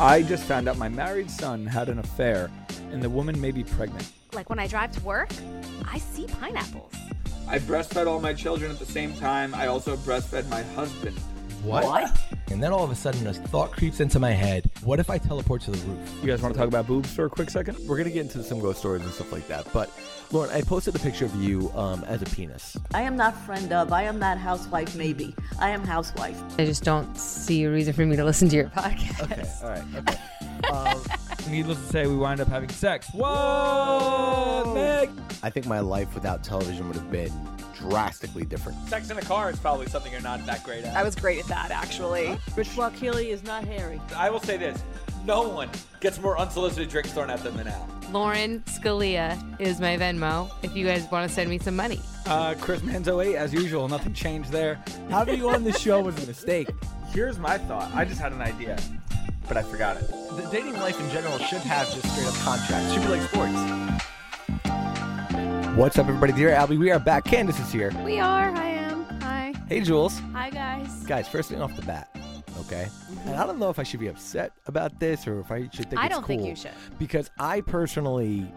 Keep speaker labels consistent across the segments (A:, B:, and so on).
A: I just found out my married son had an affair and the woman may be pregnant.
B: Like when I drive to work, I see pineapples.
C: I breastfed all my children at the same time. I also breastfed my husband.
D: What? And then all of a sudden, a thought creeps into my head. What if I teleport to the roof?
A: You guys want to talk about boobs for a quick second?
E: We're gonna get into some ghost stories and stuff like that. But Lauren, I posted a picture of you um, as a penis.
F: I am not friend of. I am not housewife, maybe. I am housewife.
G: I just don't see a reason for me to listen to your podcast.
E: Okay, all right. Okay.
A: Needless to say, we wind up having sex. Whoa, Meg!
E: I think my life without television would have been drastically different.
C: Sex in a car is probably something you're not that great at.
H: I was great at that, actually.
F: Rich Wakili is not hairy.
C: I will say this: no one gets more unsolicited drinks thrown at them than Al.
G: Lauren Scalia is my Venmo if you guys want to send me some money.
A: Uh, Chris Manzo 8, as usual, nothing changed there.
D: Having you on the show was a mistake.
C: Here's my thought. I just had an idea, but I forgot it.
E: The dating life in general should have just straight up contracts. Should be like sports. What's up, everybody? Dear Albie, we are back. Candace is here.
B: We are. I am. Hi.
E: Hey, Jules.
B: Hi, guys.
E: Guys, first thing off the bat, okay? And I don't know if I should be upset about this or if I should think
B: I
E: it's
B: don't think
E: cool,
B: you should.
E: Because I personally,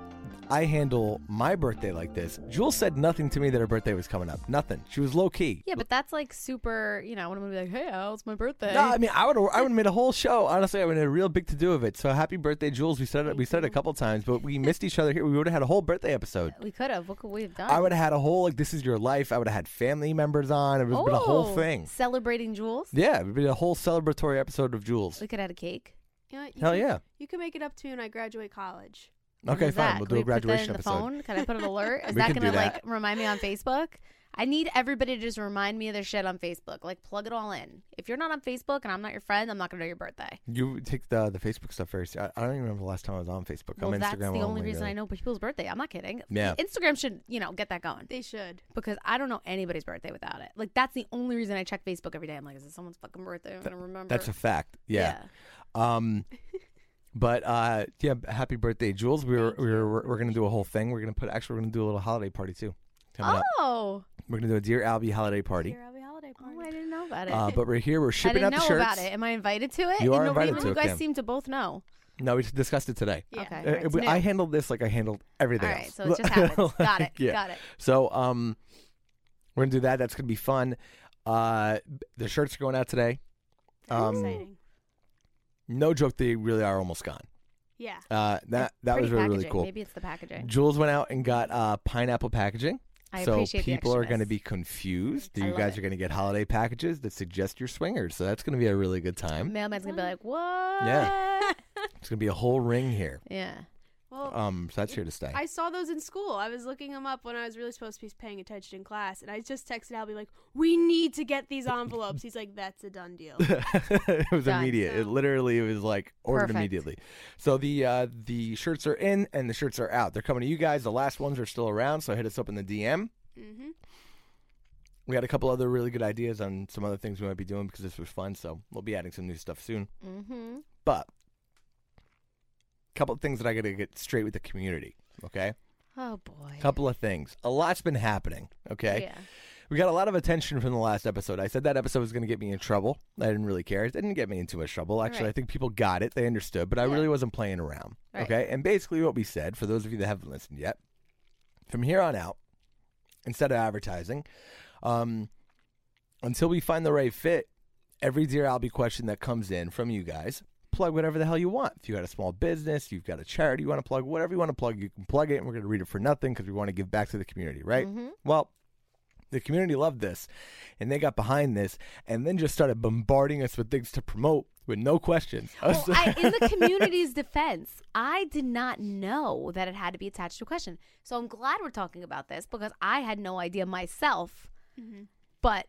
E: I handle my birthday like this. Jules said nothing to me that her birthday was coming up. Nothing. She was low key.
B: Yeah, but that's like super. You know, when I'm gonna be like, "Hey, Al, it's my birthday."
E: No, I mean I would I would have made a whole show. Honestly, I would have made a real big to do of it. So happy birthday, Jules. We said it we said it a couple times, but we missed each other here. We would have had a whole birthday episode.
B: we could have. What could we have done?
E: I would have had a whole like this is your life. I would have had family members on. It would have been a whole
B: Oh,
E: thing.
B: Celebrating Jules.
E: Yeah, it would be a whole celebratory episode of Jules.
B: We could have had a cake.
I: You know what? You
E: Hell
I: can-
E: yeah.
I: You can make it up to you and I graduate college.
B: What
E: Okay,
B: is
E: fine.
B: that?
E: We'll
B: Can
E: do
B: we
E: a graduation
B: put that
E: episode.
B: in the phone? Can I put an alert? Is
E: We
B: that
E: can do
B: gonna
E: that.
B: like remind me on Facebook? I need everybody to just remind me of their shit on Facebook. Like plug it all in. If you're not on Facebook and I'm not your friend, I'm not gonna know your birthday.
E: You take the the Facebook stuff first. I, I don't even remember the last time I was on Facebook.
B: well,
E: I'm
B: that's
E: Instagram
B: the only, reason
E: really.
B: I know people's birthday. I'm not kidding.
E: Yeah.
B: Instagram should you know get that going
I: They should.
B: because I don't know anybody's birthday without it. Like that's the only reason I check Facebook every day. I'm like, is it someone's fucking birthday? I'm gonna remember.
E: That's a fact. Yeah. Um, but uh, yeah, happy birthday, Jules. We were, we were we're gonna do a whole thing. We're gonna put actually we're gonna do a little holiday party too. Coming up.
B: Oh,
E: We're gonna do a Dear Albie holiday party.
I: Here, I'll be holiday party.
B: oh, I didn't know about it.
E: Uh, but we're here. We're
B: I
E: shipping
B: didn't
E: out
B: know
E: the shirts.
B: about it. Am I invited to it?
E: You are
B: know,
E: invited
B: even
E: to
B: you
E: it,
B: guys
E: Kim.
B: seem to both know.
E: No, we just discussed it today.
I: Yeah.
B: Okay,
E: Uh,
B: all right, it's
E: we- I
B: new.
E: handled this like I handled everything
B: All right,
E: else.
B: so it just happens. Got it, got it.
E: So um, we're gonna do that. That's gonna be fun. Uh, the shirts are going out today. Um,
I: Exciting.
E: No joke, they really are almost gone.
I: Yeah.
E: Uh, that that was
B: Pretty
E: really really
B: packaging.
E: cool.
B: Maybe it's the packaging.
E: Jules went out and got uh, pineapple packaging.
B: I
E: so
B: appreciate the
E: people are
B: extraness.
E: going to be confused.
B: I
E: You
B: love
E: guys
B: it.
E: are going to get holiday packages that suggest you're swingers. So that's going to be a really good time.
B: Mailman's gonna be like, what?
E: Yeah. It's going to be a whole ring here.
B: yeah.
I: Well,
E: Um, so that's here to stay.
I: I saw those in school. I was looking them up when I was really supposed to be paying attention in class, and I just texted Albie like, "We need to get these envelopes." He's like, "That's a done deal."
E: it was
B: Done.
E: immediate. It
I: So-
E: literally was like ordered
B: Perfect.
E: immediately. So the uh, the shirts are in and the shirts are out. They're coming to you guys. The last ones are still around, so hit us up in the DM.
I: mm-hmm.
E: We had a couple other really good ideas on some other things we might be doing because this was fun. So we'll be adding some new stuff soon.
B: Mm-hmm.
E: But couple of things that I got to get straight with the community. Okay,
B: Oh boy.
E: couple of things. A lot's been happening. Okay,
B: Yeah.
E: we got a lot of attention from the last episode. I said that episode was going to get me in trouble. I didn't really care. It didn't get me into much trouble. Actually,
B: Right.
E: I think people got it. They understood, but I really wasn't playing around.
B: Right.
E: Okay, and basically what we said for those of you that haven't listened yet, from here on out, instead of advertising, um, until we find the right fit, every Dear Albie question that comes in from you guys, plug whatever the hell you want. If you had a small business, you've got a charity you want to plug, whatever you want to plug, you can plug it, and we're going to read it for nothing because we want to give back to the community, right?
B: Mm-hmm.
E: Well, the community loved this, and they got behind this, and then just started bombarding us with things to promote with no questions.
B: Well, I, in the community's defense, I did not know that it had to be attached to a question. So I'm glad we're talking about this because I had no idea myself. But
E: Mm-hmm.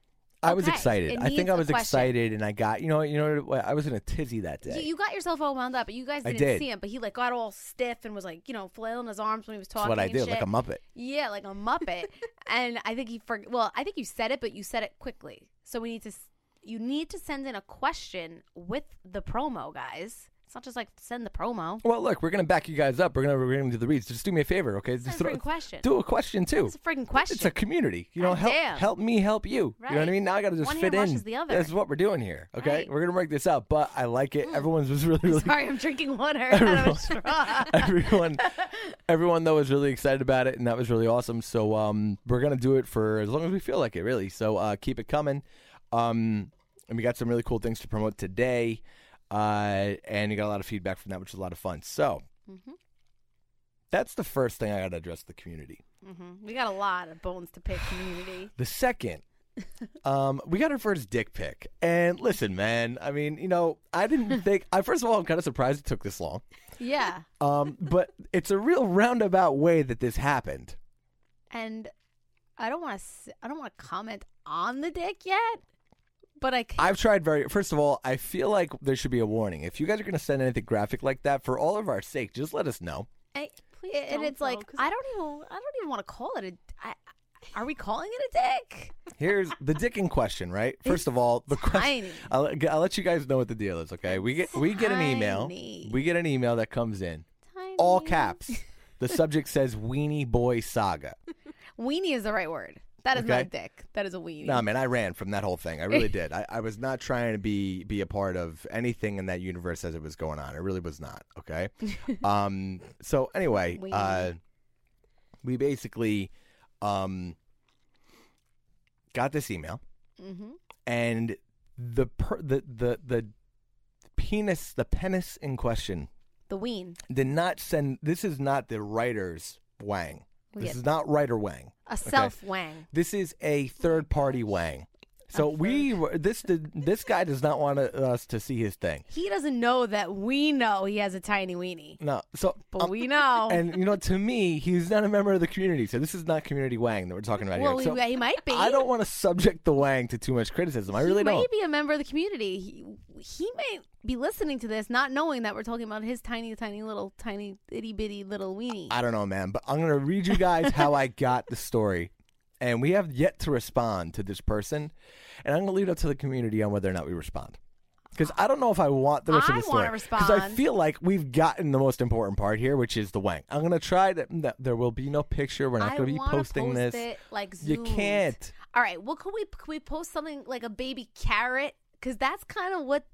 E: I was
B: Okay.
E: excited.
B: It
E: I think
B: needs
E: I
B: a
E: was
B: question.
E: excited, and I got you know you know what, I was in a tizzy that
B: You,
E: day.
B: you got yourself all wound up, but you guys
E: I
B: didn't
E: did.
B: see him. But he like got all stiff and was like, you know, flailing his arms when he was
E: That's
B: talking.
E: what I
B: and
E: did,
B: shit.
E: like a muppet.
B: Yeah, like a muppet. and I think he for well, I think you said it, but you said it quickly. So we need to s- you need to send in a question with the promo, guys. It's not just like send the promo.
E: Well, look, we're gonna back you guys up. We're gonna we're gonna do the reads. Just do me a favor, okay? Just
B: That's a
E: throw-
B: freaking question.
E: do a question too.
B: It's a freaking question.
E: It's a community. You know,
B: God
E: help
B: damn.
E: help me help you. You know what
B: Right.
E: I mean? Now I got to just
B: One
E: fit
B: hand
E: in.
B: washes the other.
E: This is what we're doing here. Okay,
B: Right. Mm.
E: we're gonna work this out. But I like it. Everyone's was really really.
B: Sorry, I'm drinking water out of
E: Everyone,
B: a straw.
E: everyone, everyone though was really excited about it, and that was really awesome. So um, we're gonna do it for as long as we feel like it, really. So uh, keep it coming. Um, and we got some really cool things to promote today, uh, and we got a lot of feedback from that, which was a lot of fun. So
B: Mm-hmm.
E: that's the first thing I got to address the community.
B: Mhm. We got a lot of bones to pick, community.
E: The second, um, we got our first dick pic. And listen, man, I mean, you know, I didn't think. I first of all, I'm kind of surprised it took this long.
B: Yeah,
E: Um, but it's a real roundabout way that this happened.
B: and I don't want to. I don't want to comment on the dick yet, but I. Can,
E: I've tried very. First of all, I feel like there should be a warning. If you guys are going to send anything graphic like that, for all of our sake, just let us know.
B: I
I: Please
B: and
I: don't,
B: it's like
I: though, 'cause
B: I don't even. I don't even want to call it a. I, are we calling it a dick?
E: Here's the dick in question, right? First of all, the question.
B: Tiny.
E: I'll, I'll let you guys know what the deal is. Okay, we get we get an email.
B: Tiny.
E: We get an email that comes in,
B: Tiny.
E: all caps. The subject says "Weenie Boy Saga."
B: Weenie is the right word. That is not a
E: Okay.
B: dick. That is a weenie.
E: No, man, I ran from that whole thing. I really did. I, I was not trying to be be a part of anything in that universe as it was going on. I really was not. Okay. um. So anyway,
B: Weenie.
E: uh, we basically um got this email,
B: Mhm.
E: and the per- the the the penis the penis in question
B: The ween.
E: did not send. This is not the writer's Wang. This is not writer Wang.
B: A
E: okay?
B: self wang.
E: This is a third party wang. So we were, this did, this guy does not want us to see his thing.
B: He doesn't know that we know he has a tiny weenie,
E: No, so
B: but
E: um,
B: we know.
E: and you know to me he's not a member of the community. So this is not community wang that we're talking about
B: well,
E: here. So
B: he, he might be.
E: I don't want to subject the wang to too much criticism. I
B: He
E: really
B: may
E: don't.
B: be a member of the community. He, he may be listening to this, not knowing that we're talking about his tiny, tiny little, tiny itty bitty little weenie.
E: I don't know, man, but I'm gonna read you guys how I got the story. And we have yet to respond to this person. And I'm gonna leave it up to the community on whether or not we respond. Because I don't know if I want the rest
B: I
E: of the story.
B: wanna
E: Because I
B: respond.
E: feel like we've gotten the most important part here, which is the wang. I'm gonna try to. no, there will be no picture. We're not
B: I
E: gonna be
B: wanna
E: posting
B: post
E: this.
B: It, like
E: You
B: zooms.
E: can't.
B: All right. Well, could we could we post something like a baby carrot? Because that's kind of what.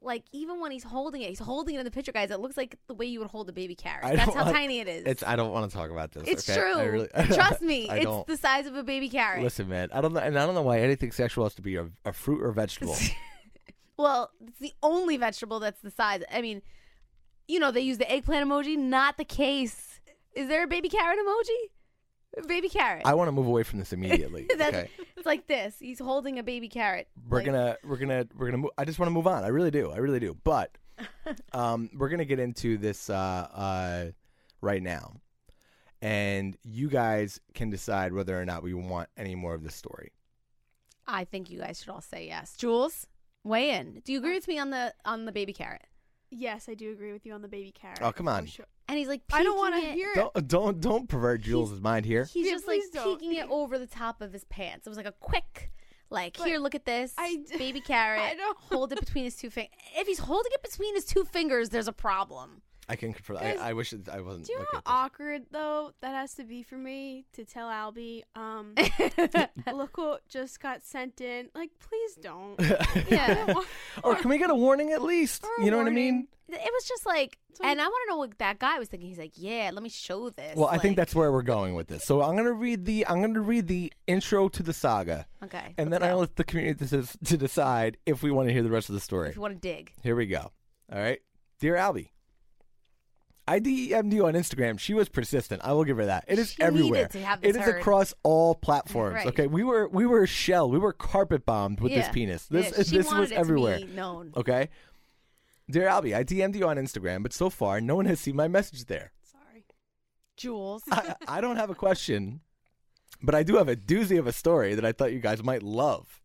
B: Like even when he's holding it, he's holding it in the picture, guys. It looks like the way you would hold a baby carrot.
E: I
B: That's
E: don't
B: how
E: want-
B: tiny it is.
E: It's. I don't want to talk about this.
B: It's
E: okay? I
B: true.
E: really-
B: Trust me,
E: I
B: it's
E: don't.
B: the size of a baby carrot.
E: Listen, man. I don't know, and I don't know why anything sexual has to be a, a fruit or vegetable.
B: Well, it's the only vegetable that's the size. I mean, you know, they use the eggplant emoji, not the case. Is there a baby carrot emoji? A baby carrot.
E: I want to move away from this immediately.
B: That's-
E: okay.
B: It's like this. He's holding a baby carrot.
E: we're
B: Like,
E: gonna we're gonna we're gonna mo- i just want to move on i really do i really do but um we're gonna get into this uh uh right now and you guys can decide whether or not we want any more of this story
B: I think you guys should all say yes. Jules, weigh in. Do you agree with me on the on the baby carrot?
I: Yes, I do agree with you on the baby carrot.
E: Oh, come
I: for
E: on.
I: sure.
B: And he's like,
I: I don't
B: want to
I: hear it.
E: don't don't don't pervert jules' mind here
B: He's
I: Yeah,
B: just like
I: please don't.
B: peeking it over the top of his pants. It was like a quick, like,
I: But
B: here, look at this
I: I d-
B: baby carrot.
I: I don't-
B: hold it between his two fingers. If he's holding it between his two fingers, there's a problem.
E: i can confirm
I: Guys,
E: I, I wish it- i wasn't
I: Do you know
E: looking
I: how
E: at this.
I: awkward though that has to be for me to tell Albie? Um, look what just got sent in. Like, please don't.
B: Yeah.
E: or can we get a warning at least
I: Or a
E: you know what i mean
I: warning.
B: It was just like,
I: So-
B: and I want to know what that guy was thinking. He's like, yeah, let me show this.
E: well i think
B: Like,
E: that's where we're going with this so i'm gonna read the i'm gonna read the intro to the saga
B: okay.
E: and then i'll let the community to, to decide if we want to hear the rest of the story
B: If you want to dig,
E: Here we go. All right. Dear Albie, I DM'd you on Instagram. She was persistent. I will give her that. It is
B: She needed
E: everywhere.
B: to have
E: it
B: this
E: is
B: heard.
E: across all platforms.
B: Right.
E: Okay. We were we were shell. We were carpet bombed with this
B: Yeah.
E: penis. This
B: Yeah, she
E: this
B: wanted
E: was
B: it
E: everywhere.
B: To be known.
E: Okay. Dear Albie, I DM'd you on Instagram, but so far no one has seen my message there.
I: Sorry.
B: Jules.
E: I, I don't have a question, but I do have a doozy of a story that I thought you guys might love.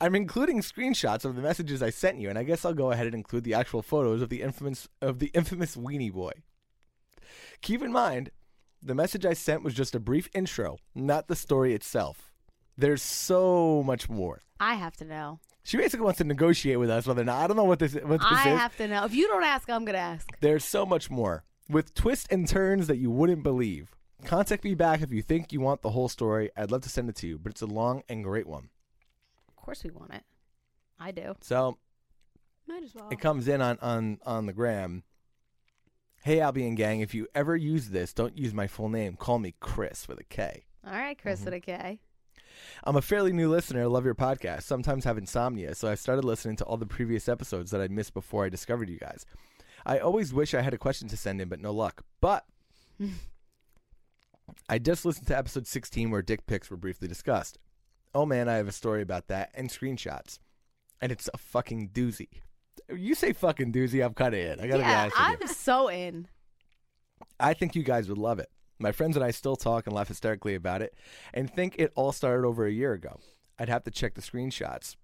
E: I'm including screenshots of the messages I sent you, and I guess I'll go ahead and include the actual photos of the infamous of the infamous weenie boy. Keep in mind, the message I sent was just a brief intro, not the story itself. There's so much more.
B: I have to know.
E: She basically wants to negotiate with us whether or not I don't know what this what this
B: I
E: is.
B: have to know. If you don't ask, I'm gonna ask.
E: There's so much more with twists and turns that you wouldn't believe. Contact me back if you think you want the whole story. I'd love to send it to you, but it's a long and great one.
B: Of course, we want it. I do.
E: So
I: Might as well.
E: it comes in on on on the gram. Hey, Albion gang, if you ever use this, don't use my full name. Call me Chris with a K.
B: All right, Chris
E: Mm-hmm.
B: with a K.
E: I'm a fairly new listener. Love your podcast. Sometimes have insomnia, so I started listening to all the previous episodes that I missed before I discovered you guys. I always wish I had a question to send in, but no luck. But I just listened to episode 16 where dick pics were briefly discussed. Oh man, I have a story about that and screenshots, and it's a fucking doozy. You say fucking doozy, I'm kind of in. I gotta be
B: Yeah,
E: honest with you.
B: I'm so in.
E: I think you guys would love it. My friends and I still talk and laugh hysterically about it and think it all started over a year ago. I'd have to check the screenshots.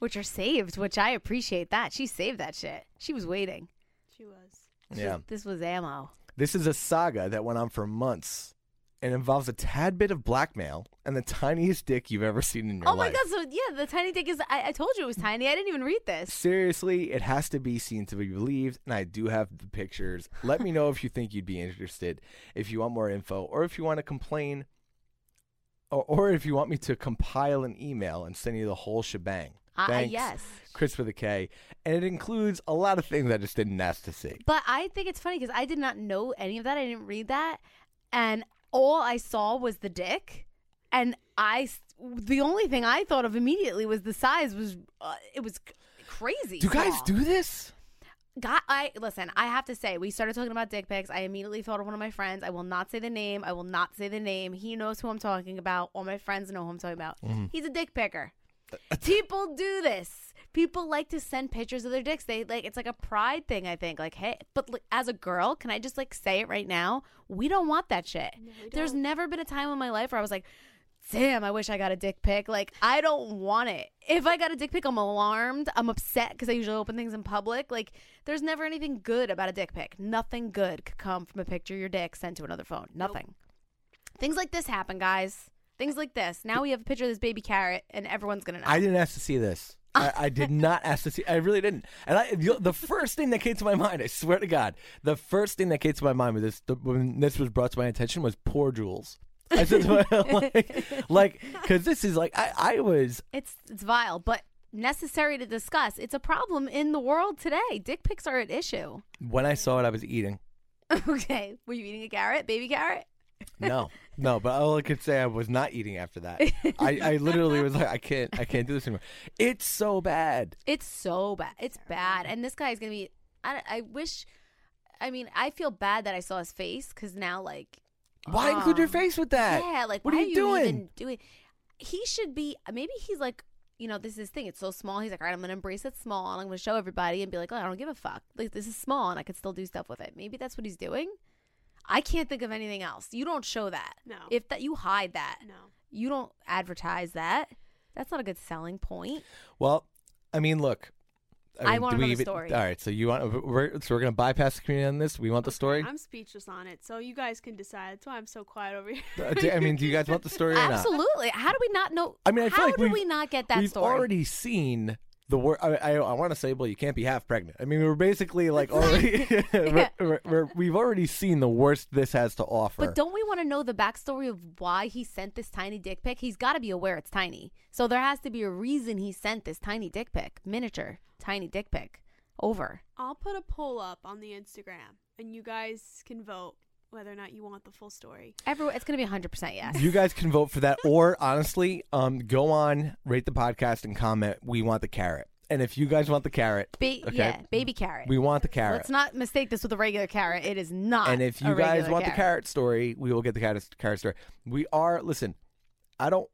B: Which are saved, which I appreciate that. She saved that shit. She was waiting.
I: She was.
B: This
E: Yeah.
B: Was, this was ammo.
E: This is a saga that went on for months and involves a tad bit of blackmail and the tiniest dick you've ever seen in your
B: oh my
E: life.
B: god, so yeah, the tiny dick is I, I told you it was tiny. I didn't even read this.
E: Seriously, it has to be seen to be believed, and I do have the pictures. Let me know if you think you'd be interested, if you want more info, or if you want to complain, or, or if you want me to compile an email and send you the whole shebang.
B: Uh,
E: Thanks,
B: yes.
E: Chris with a K. And it includes a lot of things I just didn't ask to see.
B: But I think it's funny because I did not know any of that. I didn't read that, and all I saw was the dick, and I s- the only thing I thought of immediately was the size was uh, it was c- crazy.
E: Do you guys
B: small.
E: do this?
B: God, I listen. I have to say, we started talking about dick pics. I immediately thought of one of my friends. I will not say the name. I will not say the name. He knows who I'm talking about. All my friends know who I'm talking about.
E: Mm-hmm.
B: He's a dick picker. People do this. People like to send pictures of their dicks. They like it's like a pride thing. I think like, hey, but like, as a girl, can I just like say it right now? We don't want that shit. There's never been a time in my life where I was like, damn, I wish I got a dick pic. Like, I don't want it. If I got a dick pic, I'm alarmed. I'm upset because I usually open things in public. Like, there's never anything good about a dick pic. Nothing good could come from a picture of your dick sent to another phone. Nothing. Things like this happen, guys. Things like this. Now we have a picture of this baby carrot, and everyone's gonna know.
E: I didn't ask to see this. I, I did not ask to see. I really didn't. And I, you know, the first thing that came to my mind, I swear to God, the first thing that came to my mind with this the, when this was brought to my attention was poor Jules. I said, to my- like, because this is like I, I was
B: it's it's vile, but necessary to discuss. It's a problem in the world today. Dick pics are an issue.
E: when I saw it, I was eating.
B: okay, were you eating a carrot, baby carrot?
E: No, no, but all I could say I was not eating after that. I, I literally was like, I can't, I can't do this anymore. It's so bad.
B: It's so bad. It's bad. And this guy is going to be. I, I wish. I mean, I feel bad that I saw his face because now, like.
E: Why include your
B: um,
E: face with that?
B: Yeah, like,
E: what
B: why
E: are you doing?
B: even doing? He should be. uh, Maybe he's like, you know, this is his thing. It's so small. He's like, all right, I'm going to embrace it small and I'm going to show everybody and be like, oh, I don't give a fuck. Like, this is small and I could still do stuff with it. Maybe that's what he's doing. I can't think of anything else. You don't show that.
I: No.
B: If that, you hide that.
I: No.
B: You don't advertise that. That's not a good selling point.
E: Well, I mean, look.
B: I
E: mean,
B: want
E: do
B: another
E: we even-
B: story.
E: All right, so you want uh, we're, so we're gonna bypass the community on this. We want the story.
I: I'm speechless on it, so you guys can decide. That's why I'm so quiet over here.
E: Uh, do- I mean, do you guys want the story or not?
B: Absolutely. How do we not know?
E: I mean, I feel
B: how
E: like
B: do
E: we've-
B: we not get that
E: We've
B: story?
E: already seen the word. I, I, I want to say, well, you can't be half pregnant. I mean, we're basically like already. we're, we're, we're, we've already seen the worst this has to offer.
B: but don't we want to know the backstory of why he sent this tiny dick pic? He's got to be aware it's tiny. So there has to be a reason he sent this tiny dick pic, miniature, tiny dick pic. Over.
I: I'll put a poll up on the Instagram, and you guys can vote whether or not you want the full story.
B: Everyone, it's going to be 100% yes.
E: You guys can vote for that, or honestly, um, go on, rate the podcast, and comment. We want the carrot, and if you guys want the carrot,
B: Ba-
E: okay,
B: Yeah, baby carrot.
E: we want the carrot.
B: Let's not mistake this with a regular carrot. It is not.
E: And if
B: a
E: you guys
B: regular
E: want the carrot story, we will get the carrot, carrot story. We are listen. I don't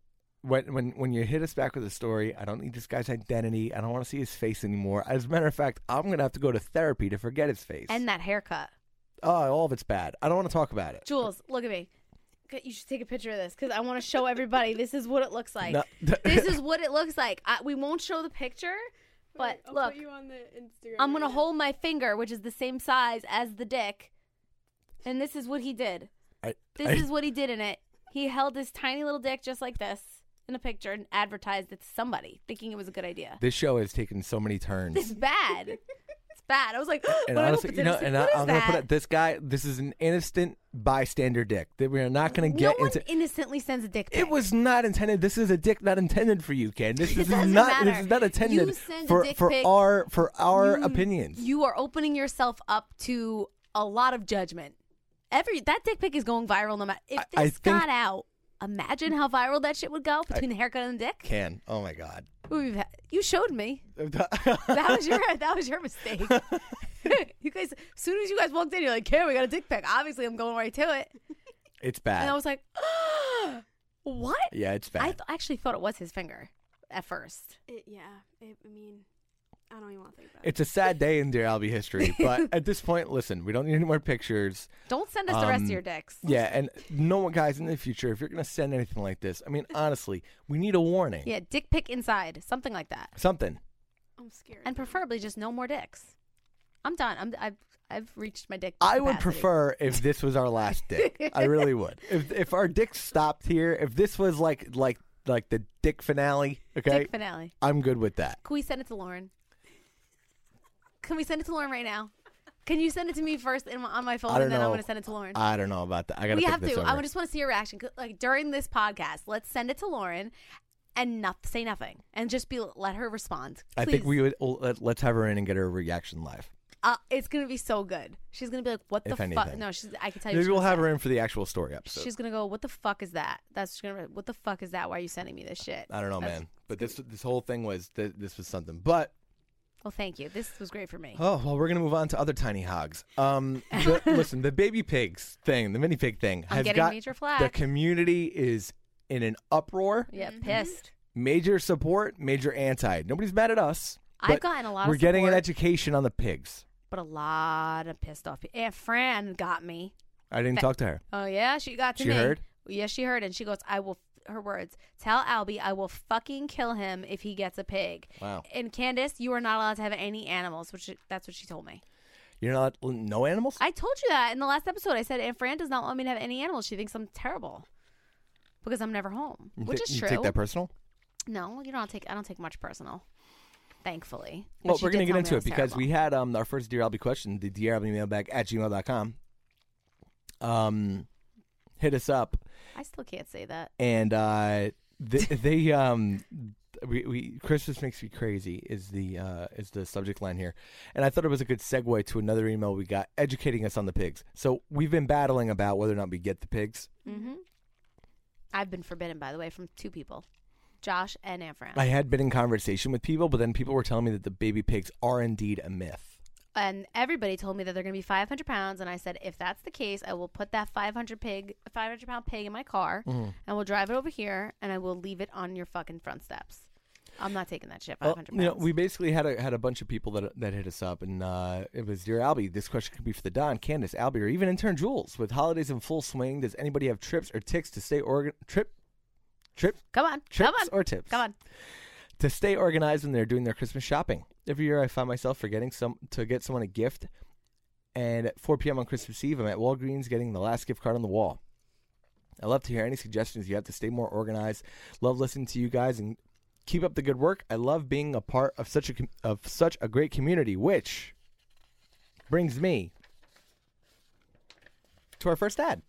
E: when when when you hit us back with a story. I don't need this guy's identity. I don't want to see his face anymore. As a matter of fact, I'm gonna have to go to therapy to forget his face. Ah,
B: And that haircut.
E: oh, all of it's bad. I don't want to talk about it.
B: Jules, look at me. Okay, you should take a picture of this because I want to show everybody. this is what it looks like.
E: No.
B: this is what it looks like. I, we won't show the picture, but
I: I'll
B: look,
I: put you on the Instagram.
B: I'm gonna
I: right now.
B: hold my finger, which is the same size as the dick, and this is what he did.
E: I-
B: This
E: I-
B: is what he did in it. He held his tiny little dick just like this in a picture and advertised it to somebody, thinking it was a good idea.
E: This show has taken so many
B: This
E: turns.
B: is bad. it's bad. I was like,
E: And
B: when I
E: honestly,
B: opened
E: you
B: it,
E: know,
B: I was like,
E: and I,
B: "What is
E: I'm gonna put
B: that?"
E: it. This guy, this is an innocent bystander dick that we are not gonna
B: no
E: get
B: one
E: into.
B: innocently sends a dick pic.
E: It was not intended. This is a dick not intended for you, Ken. This is not.
B: doesn't
E: This
B: matter.
E: is not
B: You
E: intended
B: send a
E: for
B: dick
E: for
B: pic,
E: our for our
B: you-
E: opinions.
B: You are opening yourself up to a lot of judgment. Every that dick pic is going viral no matter if this
E: I- I think-
B: got out. Imagine how viral that shit would go between the haircut and the dick.
E: Can oh my god.
B: We've had- You showed me. That was your that was your mistake. you guys, as soon as you guys walked in, you're like, "Karen, we got a dick pic." Obviously, I'm going right to it,
E: it's bad.
B: and I was like, "What?"
E: yeah, it's bad.
B: I th- actually thought it was his finger at first.
I: It, yeah, it, I mean, I don't even want to think about it.
E: It's a sad day in Dear Albie history, but at this point, listen, we don't need any more pictures.
B: Don't send us the rest
E: Um,
B: of your dicks.
E: Yeah, and no one, guys, in the future, if you're going to send anything like this, I mean, honestly, we need a warning.
B: yeah, dick pic inside, something like that.
E: Something.
I: I'm scared.
B: and preferably just no more dicks. I'm done. I'm I've I've reached my dick.
E: I would
B: capacity.
E: prefer if this was our last dick. I really would. If if our dick stopped here, if this was like like like the dick finale, okay,
B: dick finale.
E: I'm good with that.
B: Can we send it to Lauren? Can we send it to Lauren right now? Can you send it to me first in my, on my
E: I
B: phone,
E: don't
B: Oh, and then
E: know.
B: I'm gonna send it to Lauren.
E: I don't know about that. I gotta
B: we
E: think
B: have
E: this
B: to.
E: over.
B: I just want to see your reaction. 'Cause, Like during this podcast, let's send it to Lauren and not say nothing, and just be let her respond.
E: I
B: Please.
E: think we would. well, let- Let's have her in and get her reaction live.
B: Uh, it's gonna be so good. She's gonna be like, "What the
E: If
B: fuck?"
E: anything.
B: No, she's. I can tell you.
E: Maybe
B: she's
E: we'll
B: gonna
E: have
B: say-
E: her in for the actual story episode.
B: She's gonna go, "What the fuck is that?" That's she's gonna. What the fuck is that? Why are you sending me this shit?
E: I don't know,
B: That's-
E: man. But this this whole thing was th- this was something. But
B: Well, thank you. This was great for me.
E: oh well, we're gonna move on to other tiny hogs. Um, the- listen, the baby pigs thing, the mini pig thing,
B: I'm
E: has
B: getting
E: got
B: major
E: the
B: flack.
E: community is in an uproar.
B: yeah, pissed.
E: Major support, major anti. Nobody's mad at us.
B: I've
E: but
B: gotten a lot.
E: We're
B: of
E: getting an
B: support,
E: education on the pigs.
B: but a lot of pissed off. people. And Fran got me.
E: I didn't talk to her.
B: Oh yeah, she got to
E: She
B: me.
E: heard?
B: Yeah, she heard, and she goes, "I will." Her words: "Tell Albie I will fucking kill him if he gets a pig."
E: Wow.
B: And Candace, you are not allowed to have any animals, which that's what she told me.
E: You're not no animals.
B: I told you that in the last episode. I said, "And Fran does not want me to have any animals. She thinks I'm terrible because I'm never home,"
E: You
B: which
E: ta-
B: is
E: you
B: true.
E: Take that personal.
B: No, you don't take. I don't take much personal, thankfully. But
E: Well,
B: she
E: we're
B: did
E: gonna get
B: tell me I
E: into it
B: was
E: because we
B: terrible.
E: had um our first Dear Albie question, the Dear Albie mailbag at gmail.com. Um, hit us up
B: I still can't say that.
E: and uh, th- they um, we, we Christmas makes me crazy is the uh, is the subject line here, and I thought it was a good segue to another email we got educating us on the pigs. So we've been battling about whether or not we get the pigs.
B: Mm-hmm. I've been forbidden, by the way, from two people, Josh and Aunt Fran.
E: I had been in conversation with people, but then people were telling me that the baby pigs are indeed a myth.
B: and everybody told me that they're going to be 500 pounds, and I said, if that's the case, I will put that 500 pig, 500 pound pig in my car,
E: Mm-hmm.
B: and we'll drive it over here, and I will leave it on your fucking front steps. I'm not taking that shit.
E: Well,
B: 500
E: you know,
B: pounds.
E: we basically had a had a bunch of people that that hit us up, and uh, it was dear Albie. This question could be for the Don, Candace, Albie, or even intern Jules. With holidays in full swing, does anybody have trips or ticks to stay organ trip trip
B: come on,
E: trips
B: come on,
E: or tips?
B: come on.
E: to stay organized when they're doing their Christmas shopping. Every year, I find myself forgetting some to get someone a gift, and at 4 p.m. on Christmas Eve, I'm at Walgreens getting the last gift card on the wall. I love to hear any suggestions you have to stay more organized. Love listening to you guys and keep up the good work. I love being a part of such a com- of such a great community, which brings me to our first ad.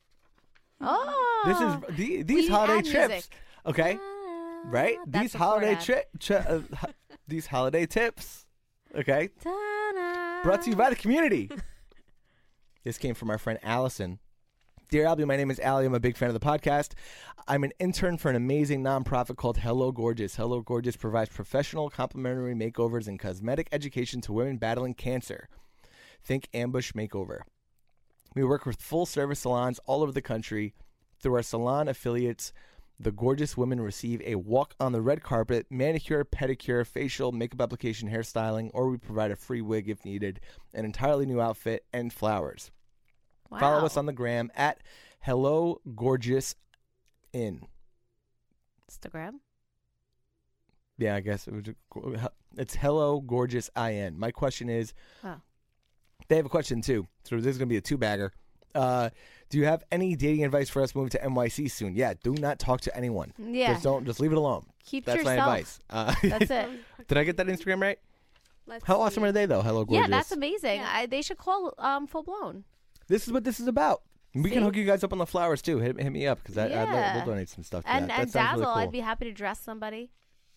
B: Oh,
E: This is the,
B: we
E: these
B: need
E: holiday
B: ad
E: trips.
B: music.
E: Okay right?
B: That's
E: these
B: the Florida
E: holiday
B: ad.
E: trip, tri- uh, ho- these holiday tips, okay,
B: Ta-da.
E: brought to you by the community. this came from our friend Allison. Dear Albie, my name is Allie. I'm a big fan of the podcast. I'm an intern for an amazing nonprofit called Hello Gorgeous. Hello Gorgeous provides professional complimentary makeovers and cosmetic education to women battling cancer. Think ambush makeover. We work with full service salons all over the country. Through our salon affiliates, the gorgeous women receive a walk on the red carpet, manicure, pedicure, facial, makeup application, hairstyling, or we provide a free wig if needed, an entirely new outfit, and flowers.
B: Wow.
E: Follow us on the gram at Hello Gorgeous Inn.
B: Instagram.
E: Yeah, I guess it was. uh, It's Hello Gorgeous In. My question is,
B: Oh.
E: they have a question too. So this is gonna be a two bagger. Uh, do you have any dating advice for us moving to NYC soon? Yeah, do not talk to anyone.
B: Yeah.
E: Just don't. Just leave it alone.
B: Keep
E: That's
B: to
E: my
B: yourself.
E: advice. Uh,
B: That's it.
E: Did I get that Instagram right?
I: Let's
E: How awesome
I: see.
E: are they though? Hello gorgeous.
B: Yeah, that's amazing.
I: Yeah.
B: I, they should call um, full blown.
E: this is what this is about. We can
B: See?
E: hook you guys up on the flowers too. Hit, hit me up because I, I'd love-
B: Yeah.
E: we'll donate some stuff. To
B: And
E: that.
B: and
E: that sounds
B: dazzle,
E: really
B: I'd
E: cool.
B: be happy to dress somebody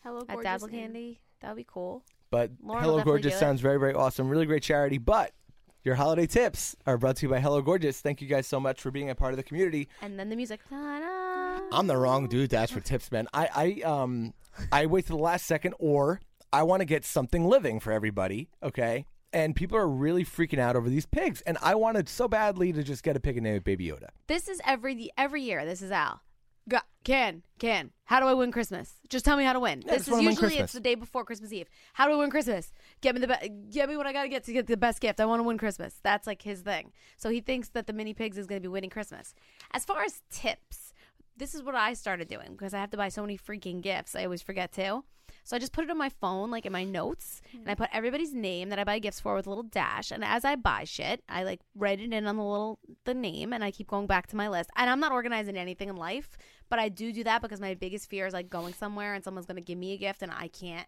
I: Hello,
B: at
I: gorgeous
B: Dazzle
I: Inn.
B: Candy. That would be cool.
E: But
B: Lauren will
E: Hello
B: definitely
E: Gorgeous
B: do it.
E: sounds very, very awesome. Really great charity. But your holiday tips are brought to you by Hello Gorgeous. Thank you guys so much for being a part of the community.
B: And then the music. Ta-da.
E: I'm the wrong dude to ask for tips, man. I, I um I wait to the last second or I want to get something living for everybody, okay? And people are really freaking out over these pigs. And I wanted so badly to just get a pig and name it Baby Yoda.
B: This is every every year. This is Al. Go, can can. How do I win Christmas? Just tell me how to win.
E: Yeah,
B: this
E: just
B: is
E: wanna win
B: usually
E: Christmas.
B: it's the day before Christmas Eve. How do I win Christmas? Get me the be- get me what I gotta get to get the best gift. I want to win Christmas. That's like his thing. So he thinks that the mini pigs is gonna be winning Christmas. As far as tips, this is what I started doing because I have to buy so many freaking gifts. I always forget to. So I just put it on my phone, like in my notes, and I put everybody's name that I buy gifts for with a little dash. And as I buy shit, I like write it in on the little the name, and I keep going back to my list. And I'm not organizing anything in life, but I do do that because my biggest fear is like going somewhere and someone's gonna give me a gift and I can't.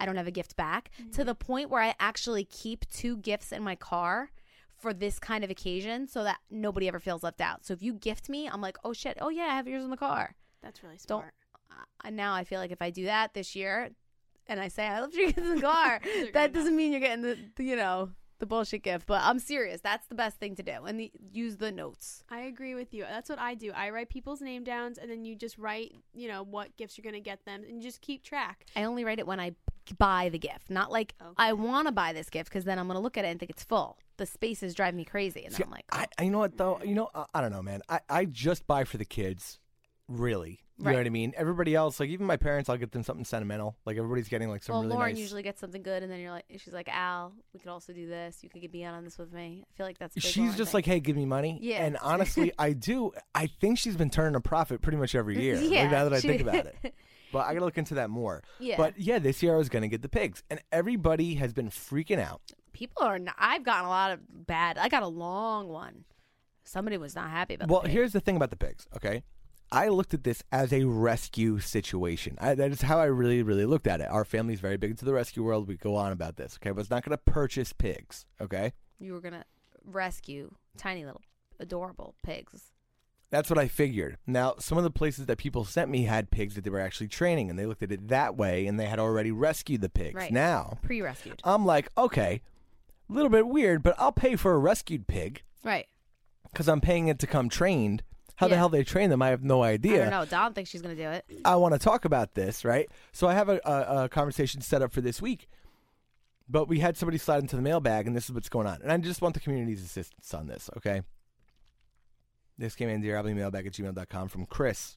B: I don't have a gift back to the point where I actually keep two gifts in my car for this kind of occasion so that nobody ever feels left out. So if you gift me, I'm like, oh shit, oh yeah, I have yours in the car.
I: That's really smart.
B: Don't- Uh, and now I feel like if I do that this year and I say I love you in the car, that doesn't mean you're getting the, the, you know the bullshit gift. But I'm serious. That's the best thing to do. And the, use the notes.
I: I agree with you. That's what I do. I write people's name downs, and then you just write, you know, what gifts you're gonna get them, and you just keep track.
B: I only write it when I buy the gift, not like I want to buy this gift because then I'm gonna look at it and think it's full. The spaces drive me crazy, and
E: See,
B: then I'm like, "Oh,
E: I, I- you know what though? You know, I, I don't know, man. I, I just buy for the kids, really. You know
B: Right.
E: what I mean? Everybody else, like even my parents, I'll get them something sentimental. Like everybody's getting like some
B: well,
E: really
B: Lauren
E: nice.
B: usually gets something good, and then you're like, she's like, Al, we could also do this. You could be on this with me. I feel like that's a big
E: She's
B: Lauren
E: just
B: thing.
E: like, hey, give me money.
B: Yeah.
E: And honestly, I do. I think she's been turning a profit pretty much every year. like,
B: Yeah,
E: now that I
B: she-
E: think about it. But I gotta look into that more.
B: Yeah.
E: But yeah, this year I was gonna get the pigs, and everybody has been freaking out.
B: people are. Not, I've gotten a lot of bad. I got a long one. Somebody was not happy about. the
E: Well,
B: pig.
E: here's the thing about the pigs, okay? I looked at this as a rescue situation. I, that is how I really, really looked at it. Our family's very big into the rescue world. We go on about this, okay? But it's not going to purchase pigs, okay?
B: you were gonna rescue tiny little adorable pigs.
E: That's what I figured. Now, some of the places that people sent me had pigs that they were actually training, and they looked at it that way, and they had already rescued the pigs.
B: Right.
E: Now,
B: Pre-rescued.
E: I'm like, okay, a little bit weird, but I'll pay for a rescued pig
B: Right.
E: because I'm paying it to come trained. How the
B: Yeah.
E: hell they train them, I have no idea.
B: I don't know. Don thinks she's gonna do it.
E: I want to talk about this, right? So I have a, a, a conversation set up for this week, but we had somebody slide into the mailbag, and this is what's going on. And I just want the community's assistance on this, okay? This came in, dear Abilene mailbag at gmail.com from Chris.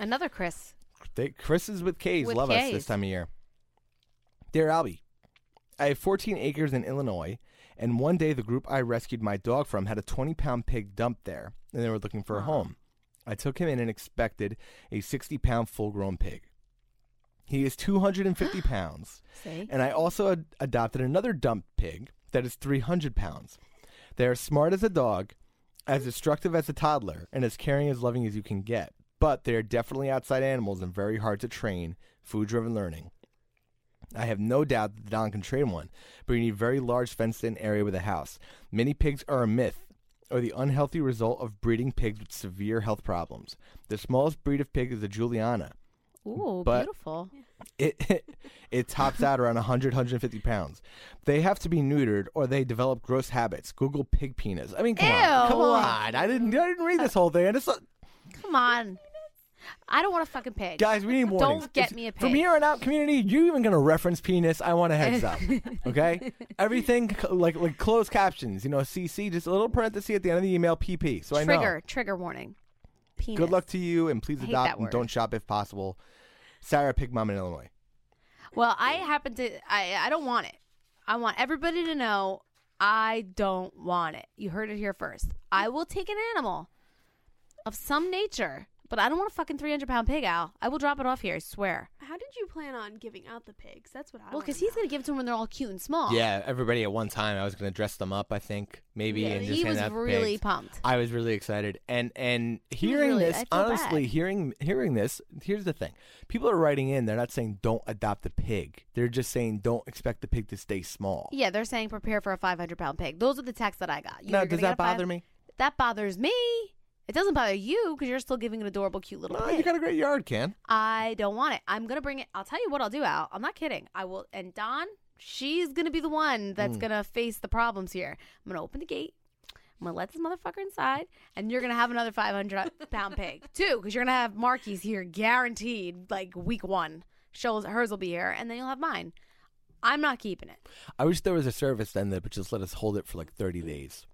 B: Another Chris.
E: They, Chris is with K's.
B: With
E: Love us this
B: Ks.
E: time of year. Dear Albie, I have 14 acres in Illinois, and one day the group I rescued my dog from had a 20 pound pig dumped there, and they were looking for a
B: Aw.
E: home. I took him in and expected a 60 pound full grown pig. He is 250 pounds,
B: See.
E: and I also ad- adopted another dumped pig that is 300 pounds. They are smart as a dog, as destructive as a toddler, and as caring as loving as you can get. But they are definitely outside animals and very hard to train, food driven learning. I have no doubt that the Don can train one, but you need a very large fenced in area with a house. Many pigs are a myth, or the unhealthy result of breeding pigs with severe health problems. The smallest breed of pig is the Juliana.
B: Ooh,
E: but-
B: beautiful.
E: It, it tops out around 100 150 pounds. They have to be neutered or they develop gross habits. Google pig penis. I mean, come on,
B: Ew.
E: come on. I didn't I didn't read this whole thing. I just thought-
B: Come on. I don't want a fucking pig.
E: guys, we need warnings.
B: Don't get me a
E: From
B: pig.
E: here on out, community, you even gonna reference penis? I want a heads up. Okay, everything c- like like closed captions. You know, CC just a little parenthesis at the end of the email. PP. So I know.
B: trigger. Trigger warning. Penis.
E: Good luck to you, and please
B: I hate that
E: adopt and
B: word.
E: don't shop if possible. Sarah Pig Mom in Illinois.
B: Well, I happen to I I don't want it. I want everybody to know I don't want it. You heard it here first. I will take an animal. of some nature. But I don't want a fucking 300 pound pig, Al. I will drop it off here, I swear.
I: How did you plan on giving out the pigs? That's what I.
B: Well,
I: wanna
B: because he's
I: know.
B: going to give it to him when they're all cute and small.
E: Yeah, everybody at one time. I was gonna dress them up. I think maybe
B: Yeah,
E: and just
B: he
E: hand
B: was
E: out the
B: really
E: pigs.
B: pumped.
E: I was really excited, and and hearing
B: really- I
E: this,
B: feel
E: honestly,
B: bad.
E: hearing hearing this. Here's the thing: people are writing in. They're not saying don't adopt a pig. They're just saying don't expect the pig to stay small.
B: Yeah, they're saying prepare for a 500 pound pig. Those are the texts that I got. You
E: Now,
B: were gonna
E: does
B: get
E: that
B: a five-
E: bother me?
B: That bothers me. It doesn't bother you because you're still giving an adorable, cute little
E: No,
B: pig.
E: you got a great yard, Can.
B: I don't want it. I'm gonna bring it. I'll tell you what I'll do, Al. I'm not kidding. I will. And Don, she's gonna be the one that's gonna face the problems here. I'm gonna open the gate. I'm gonna let this motherfucker inside, and you're gonna have another 500 pound pig too, because you're gonna have Marky's here, guaranteed. Like week one, shows hers will be here, and then you'll have mine. I'm not keeping it.
E: I wish there was a service then that would just let us hold it for like 30 days.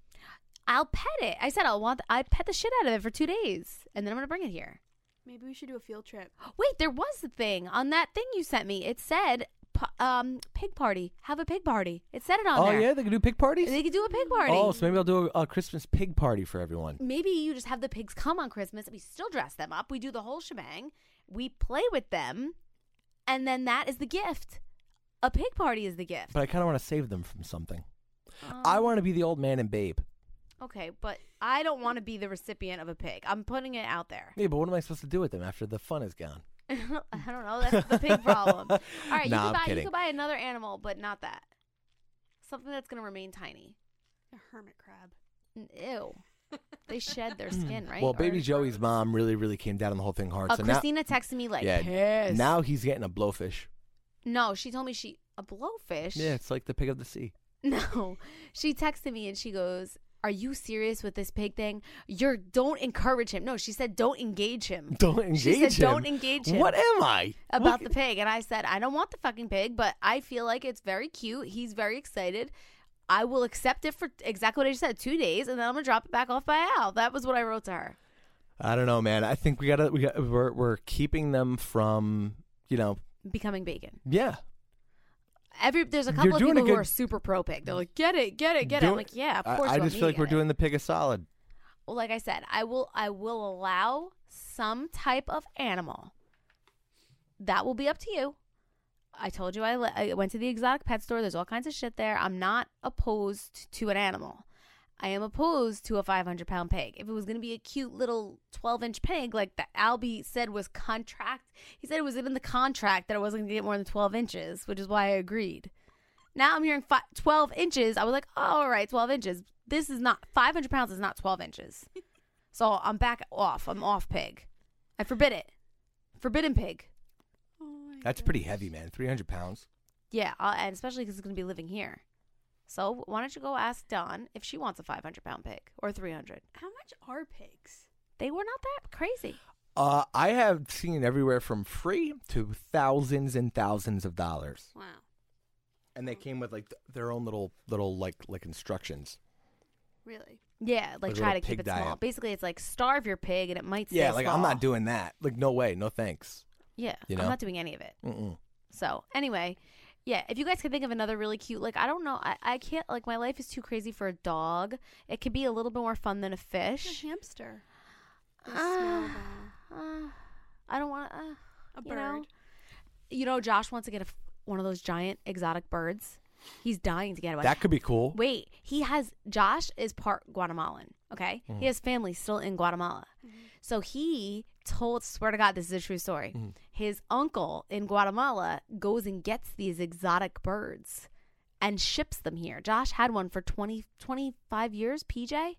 B: I'll pet it. I said I'll want. I pet the shit out of it for two days, and then I'm gonna bring it here.
I: Maybe we should do a field trip.
B: Wait, there was a thing on that thing you sent me. It said p- um, pig party. Have a pig party. It said it on
E: oh
B: there.
E: yeah, they could do pig parties.
B: They could do a pig party.
E: Oh, so maybe I'll do a, a Christmas pig party for everyone.
B: Maybe you just have the pigs come on Christmas. We still dress them up. We do the whole shebang. We play with them. And then that is the gift. A pig party is the gift.
E: But I kind of want to save them from something.
B: Um,
E: I want to be the old man and babe.
B: Okay, but I don't want to be the recipient of a pig. I'm putting it out there.
E: Yeah, but what am I supposed to do with them after the fun is gone?
B: I don't know. That's the pig problem. All right, you,
E: Nah,
B: could
E: I'm
B: buy, you
E: kidding.
B: could buy another animal, but not that. Something that's going to remain tiny.
I: A hermit crab.
B: N- Ew. They shed their skin, right?
E: Well,
B: Or-
E: baby Joey's mom really, really came down on the whole thing hard.
B: Uh,
E: so
B: Christina texted me
E: now,
B: like,
E: yeah,
B: pissed.
E: now he's getting a blowfish.
B: no, she told me she a blowfish.
E: Yeah, it's like the pig of the sea.
B: No, she texted me and she goes, "Are you serious with this pig thing? You're don't encourage him." No, she said, "Don't engage him."
E: Don't engage
B: She said,
E: him.
B: "Don't engage him."
E: What am I
B: about
E: What-
B: the pig, and I said, "I don't want the fucking pig, but I feel like it's very cute. He's very excited." I will accept it for exactly what I just said, two days, and then I'm gonna drop it back off by Al. That was what I wrote to her.
E: I don't know, man. I think we gotta we got we're we're keeping them from you know
B: Becoming bacon.
E: yeah
B: Every there's a
E: You're
B: couple of
E: doing a
B: people who
E: good-
B: are super pro pig. They're like, get it, get it, get it. I'm
E: Doing-
B: like, yeah,
E: I-
B: of course.
E: I,
B: you want
E: just
B: me
E: feel
B: to
E: like we're
B: get it."
E: doing the pig a solid.
B: Well, like I said, I will I will allow some type of animal. That will be up to you. I told you I, le- I went to the exotic pet store. There's all kinds of shit there. I'm not opposed to an animal. I am opposed to a 500 pound pig. If it was going to be a cute little 12 inch pig, like the Albie said was contract, he said it was in the contract that I wasn't going to get more than 12 inches, which is why I agreed. Now I'm hearing fi- 12 inches. I was like, oh, all right, 12 inches. This is not 500 pounds. Is not 12 inches. So I'm back off. I'm off pig. I forbid it. Forbidden pig.
I: Oh my
E: That's
I: gosh.
E: pretty heavy, man. Three hundred pounds.
B: Yeah, i and especially because it's going to be living here. So why don't you go ask Don if she wants a 500 pound pig or 300?
I: How much are pigs?
B: They were not that crazy.
E: Uh, I have seen everywhere from free to thousands and thousands of dollars,
I: Wow.
E: and they came with like th- their own little little like like instructions.
I: Really?
B: Yeah,
E: Like
B: like
E: a
B: try
E: little
B: to keep
E: pig
B: it small.
E: diet.
B: Basically, it's like starve your pig and it might stay
E: yeah, like I'm
B: small.
E: not doing that. Like no way, no thanks.
B: Yeah,
E: you know?
B: I'm not doing any of it.
E: Mm-mm.
B: So anyway, yeah, if you guys can think of another really cute, like I don't know, I, I can't like my life is too crazy for a dog. It could be a little bit more fun than a fish.
I: A hamster. They smell
B: Ah,
I: bad.
B: ah, I don't want to. Uh,
I: A
B: you know?
I: bird.
B: You know, Josh wants to get a, f- one of those giant exotic birds. He's dying to get one.
E: That could be cool.
B: Wait, he has Josh is part Guatemalan. Okay, he has family still in Guatemala, so he told. Swear to God, this is a true story. His uncle in Guatemala goes and gets these exotic birds and ships them here. Josh had one for 20, 25 years. PJ,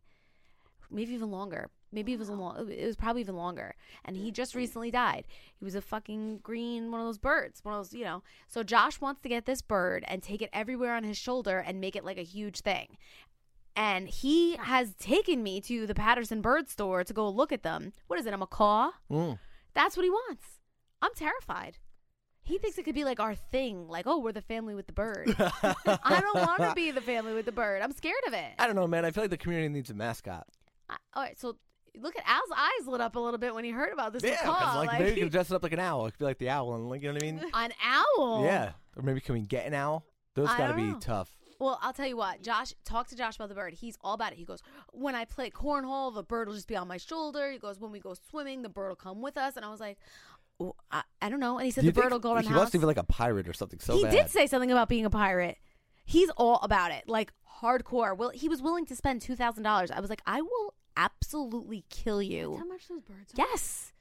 B: maybe even longer. Maybe it was a long, it was probably even longer. And he just recently died. He was a fucking green one of those birds, one of those, you know. So Josh wants to get this bird and take it everywhere on his shoulder and make it like a huge thing. And he has taken me to the Patterson Bird Store to go look at them. What is it? A macaw?
E: Mm.
B: That's what he wants. I'm terrified. He thinks it could be like our thing, like oh, we're the family with the bird. I don't want to be the family with the bird. I'm scared of it.
E: I don't know, man. I feel like the community needs a mascot.
B: I- all right, so look at Al's eyes lit up a little bit when he heard about this
E: yeah, 'cause,
B: macaw.
E: like, maybe you
B: Like,
E: could dress it up like an owl. It could be like the owl, and like you know what I mean.
B: an owl.
E: Yeah, or maybe can we get an owl? Those
B: I
E: got to
B: don't
E: be
B: know.
E: tough.
B: Well, I'll tell you what, Josh, talk to Josh about the bird. He's all about it. He goes, When I play cornhole, the bird will just be on my shoulder. He goes, When we go swimming, the bird will come with us. And I was like, "Oh, I, I don't know. And he said,
E: Do you
B: The bird
E: think
B: will go around
E: He
B: the house.
E: must have been like a pirate or something. So
B: he
E: bad.
B: did say something about being a pirate. He's all about it, like hardcore. Well, he was willing to spend two thousand dollars. I was like, I will absolutely kill
I: That's how
B: you.
I: much those birds are.
B: Yes,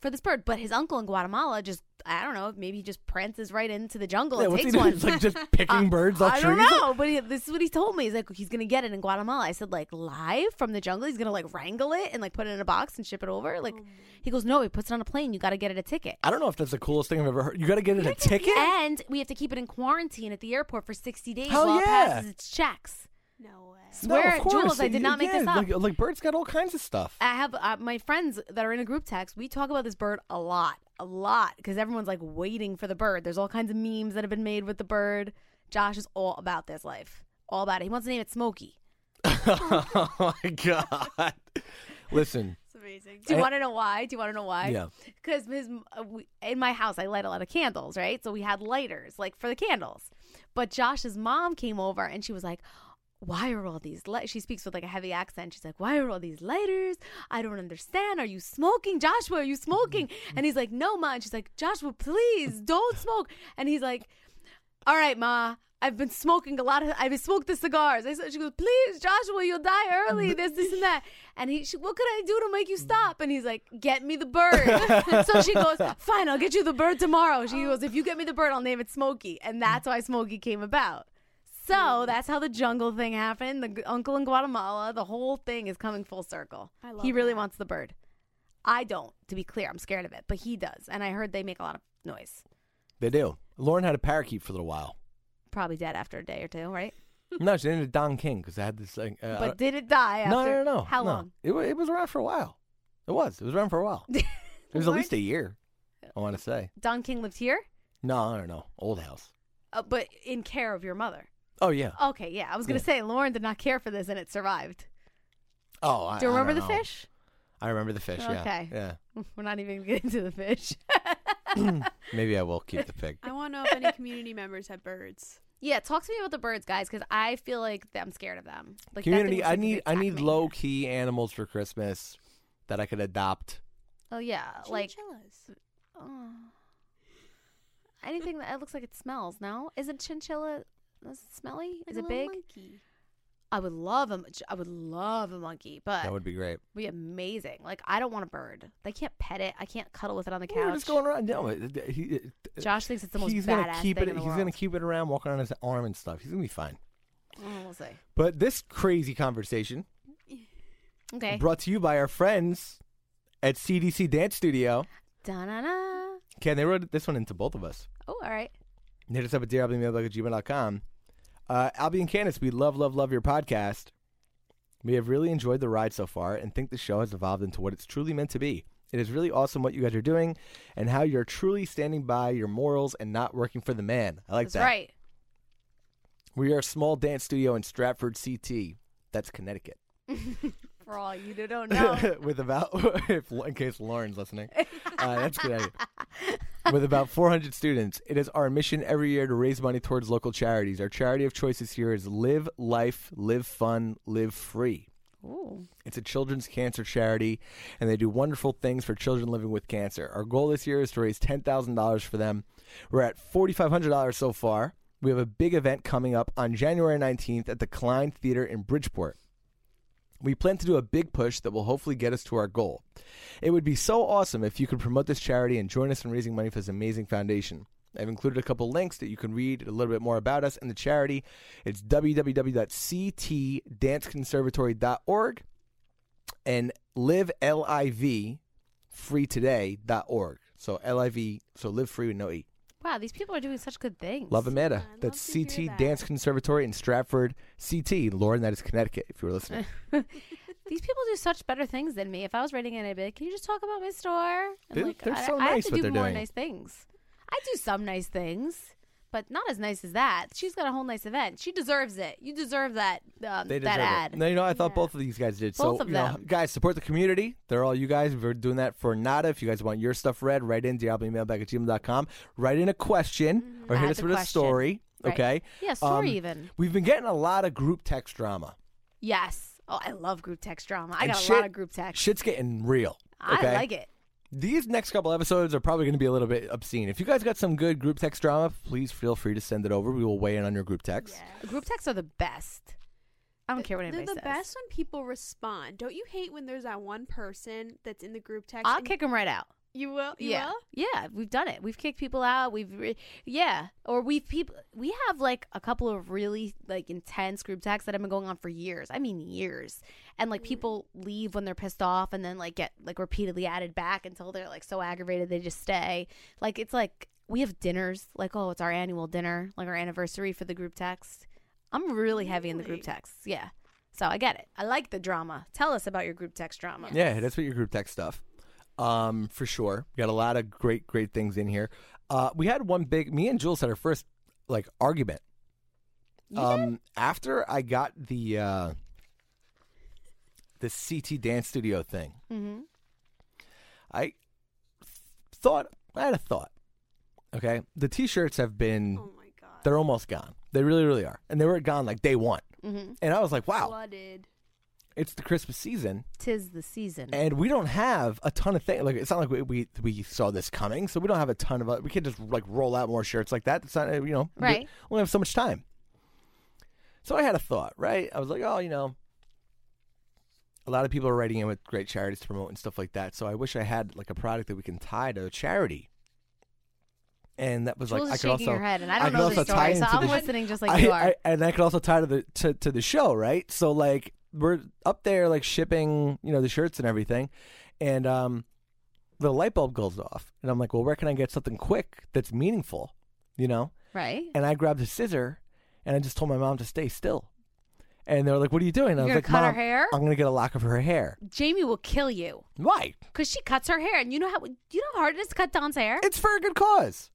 B: for this bird. But his uncle in Guatemala just, I don't know, maybe he just prances right into the jungle
E: Yeah,
B: and
E: what's he
B: takes one. Uh,
E: doing? He's like just picking birds off
B: I
E: trees.
B: don't know, but he, this is what he told me. He's like, he's gonna get it in Guatemala. I said, like live from the jungle. He's gonna like wrangle it and like put it in a box and ship it
E: Oh
B: over. Like, he goes, no, he puts it on a plane. You got to get it a ticket.
E: I don't know if that's the coolest thing I've ever heard. You got to get it a ticket.
B: And we have to keep it in quarantine at the airport for 60 days
E: Hell
B: while it
E: yeah.
B: passes its checks.
I: No way.
E: No,
B: Swear
E: of
B: at
E: course.
B: Jules, I did not make this
E: Yeah,
B: up.
E: Like, like birds got all kinds of stuff.
B: I have uh, my friends that are in a group text. We talk about this bird a lot, a lot, because everyone's like waiting for the bird. There's all kinds of memes that have been made with the bird. Josh is all about this life, all about it. He wants to name it Smokey.
E: oh my god! Listen,
I: It's amazing.
B: Do you
E: I-
B: want to know why? Do you want to know why?
E: Yeah.
B: Because his uh, we, in my house, I light a lot of candles, right? So we had lighters, like for the candles. But Josh's mom came over and she was like, "Why are all these lights?" She speaks with like a heavy accent. She's like, "Why are all these lighters? I don't understand. Are you smoking, Joshua? Are you smoking?"
E: Mm-hmm.
B: And he's like, "No, ma." And she's like, "Joshua, please don't smoke." And he's like, "All right, ma." I've been smoking a lot of. I've smoked the cigars. I said, she goes, please, Joshua, you'll die early. This, this, and that. And he, she, what could I do to make you stop? And he's like, get me the bird. so she goes, fine, I'll get you the bird tomorrow. She
I: Oh.
B: goes, if you get me the bird, I'll name it Smokey. And that's why Smokey came about.
I: Mm.
B: So that's how the jungle thing happened. The g- uncle in Guatemala, the whole thing is coming full circle.
I: I love
B: he really
I: that.
B: wants the bird. I don't, to be clear. I'm scared of it, but he does. And I heard they make a lot of noise.
E: they do. Lauren had a parakeet for a little while.
B: Probably dead after a day or two, right?
E: No, she named it Don King because I had this thing. Uh, I
B: but did it die after?
E: don't- no, no, no, no.
B: How
E: no.
B: long?
E: It, wa- it was around for a while. It was. It was around for a while. It was at least a year. I want to say.
B: Don King lived here,
E: No, I don't know. Old house.
B: uh, but in care of your mother.
E: Oh yeah.
B: Okay, yeah. I was going to
E: Yeah.
B: say Lauren did not care for this and it survived.
E: Oh, I,
B: Do you
E: I don't
B: remember the
E: know.
B: fish?
E: I remember the fish. Yeah.
B: Okay.
E: Yeah.
B: We're not even getting to the fish.
E: Maybe I will keep the pig.
I: I want to know if any community members have birds.
B: yeah, talk to me about the birds, guys, because I feel like that I'm scared of them. Like that thing
E: Community.
B: looks
E: I
B: like it
E: need.
B: could
E: I
B: attack
E: need
B: me.
E: low key animals for Christmas that I could adopt.
B: Oh yeah, like
I: Chinchillas.
B: oh. anything that it looks like it smells. No, isn't chinchilla is it smelly?
I: Like
B: is
I: a
B: it
I: little
B: big?
I: monkey.
B: I would love a. I would love a monkey, but
E: That
B: it would
E: would be great.
B: be amazing. Like I don't want a bird. They can't pet it. I can't cuddle with it on the
E: Yeah,
B: couch.
E: we're just going around. No, it- it- he, it-
B: Josh thinks it's the most
E: he's
B: badass
E: gonna keep
B: thing
E: it.
B: in the
E: he's gonna
B: world.
E: keep it around, walking on his arm and stuff. He's gonna be fine.
B: Oh, we'll see.
E: But this crazy conversation
B: Okay.
E: brought to you by our friends at CDC Dance Studio.
B: da na na.
E: Ken, they wrote this one into both of us.
B: Oh, all right.
E: And Hit us up e at dearalbummailbag@gmail.com. Uh, Albie and Candace, we love, love, love your podcast. We have really enjoyed the ride so far and think the show has evolved into what it's truly meant to be. It is really awesome what you guys are doing and how you're truly standing by your morals and not working for the man. I like
B: That's
E: that.
B: right.
E: We are a small dance studio in Stratford, CT. That's Connecticut.
B: For all you who don't know.
E: With about, if, in case Lauren's listening, uh, that's Connecticut. With about 400 students, it is our mission every year to raise money towards local charities. Our charity of choice this year is Live Life, Live Fun, Live Free.
B: Ooh.
E: It's a children's cancer charity, and they do wonderful things for children living with cancer. Our goal this year is to raise $10,000 for them. We're at $4,500 so far. We have a big event coming up on January 19th at the Klein Theater in Bridgeport. We plan to do a big push that will hopefully get us to our goal. It would be so awesome if you could promote this charity and join us in raising money for this amazing foundation. I've included a couple links that you can read a little bit more about us and the charity. It's www.ctdanceconservatory.org and live L I V free today.org. So L I V, so live free with no E.
B: Wow, these people are doing such good things.
E: Love Amanda.
I: I'd
E: That's
I: love to hear
E: CT
I: that.
E: Dance Conservatory in Stratford, CT. Lauren, that is Connecticut, if you were listening.
B: These people do such better things than me. If I was writing it, I'd be like, can you just talk about my store? And,
E: They're-
B: like,
E: they're
B: I,
E: so
B: I have
E: nice
B: to
E: what
B: do
E: they're
B: more
E: doing.
B: nice things. I do some nice things, but not as nice as that. She's got a whole nice event. She deserves it. You deserve that um,
E: They
B: that
E: deserve
B: ad.
E: it. No, you know, I thought
I: Yeah.
E: both of these guys did.
B: Both
E: so,
B: of
E: you know,
B: them.
E: guys, support the community. They're all you guys. We're doing that for nada. If you guys want your stuff read, write in diabloemailbag at gmail.com. Write in a question or hit
B: Mm-hmm. Add
E: us
B: the
E: with a
B: question.
E: story.
B: Right.
E: Okay.
B: Yeah, story
E: Um,
B: even.
E: We've been getting a lot of group text drama.
B: Yes. Oh, I love group text drama. I
E: And
B: got a
E: shit-
B: lot of group text.
E: Shit's getting real. Okay?
B: I like it.
E: These next couple episodes are probably going to be a little bit obscene. If you guys got some good group text drama, please feel free to send it over. We will weigh in on your group text.
B: Group texts are the best. I don't care what
I: They're
B: anybody
I: the
B: says.
I: best when people respond. Don't you hate when there's that one person that's in the group text?
B: I'll
I: and
B: kick them right out.
I: You will. You
B: yeah,
I: Will?
B: yeah, we've done it. We've kicked people out. We've re- yeah, or we've people. We have like a couple of really like intense group texts that have been going on for years. I mean years, and
I: Mm-hmm.
B: like people leave when they're pissed off, and then like get like repeatedly added back until they're like so aggravated they just stay. Like it's like we have dinners. Like oh, it's our annual dinner, like our anniversary for the group text. I'm really heavy in the group texts. Yeah. So I get it. I like the drama. Tell us about your group text drama.
E: Yeah, that's what your group text stuff. Um, for sure. We got a lot of great, great things in here. Uh, we had one big. Me and Jules had our first like argument. Um, after I got the uh, the CT dance studio thing,
B: Mhm.
E: I th- thought I had a thought. Okay, the T-shirts have been.
I: Oh my god.
E: They're almost gone. They really, really are, and they were gone like day one.
B: Mhm.
E: And I was like, "Wow,
I: Flooded.
E: it's the Christmas season,
B: Tis the season.
E: and we don't have a ton of things. Like it's not like we, we we saw this coming, so we don't have a ton of. uh, We can't just like roll out more shirts like that. It's not uh, you know we-
B: Right.
E: We only have so much time. So I had a thought. Right, I was like, oh, you know, a lot of people are writing in with great charities to promote and stuff like that. So I wish I had like a product that we can tie to a charity. And that was
B: Jules
E: like
B: is
E: I could
B: shaking
E: also
B: her head, and I don't
E: could
B: know the
E: also tie
B: story, so
E: into
B: I'm
E: the-
B: listening just like
E: I-
B: you are.
E: I- and I could also tie to the to, to the show, right? So like we're up there like shipping, you know, the shirts and everything, and um, the light bulb goes off, and I'm like, well, where can I get something quick that's meaningful, you know?
B: right?
E: And I grabbed a scissor, and I just told my mom to stay still, and they were like, what are you doing? And I was
B: You're
E: like,
B: gonna cut her
E: mom,
B: hair?"
E: I'm gonna get a lock of her hair.
B: Jamie will kill you
E: Why?
B: because she cuts her hair, and you know how do you know how hard it is to cut Dawn's hair?
E: It's for a good cause.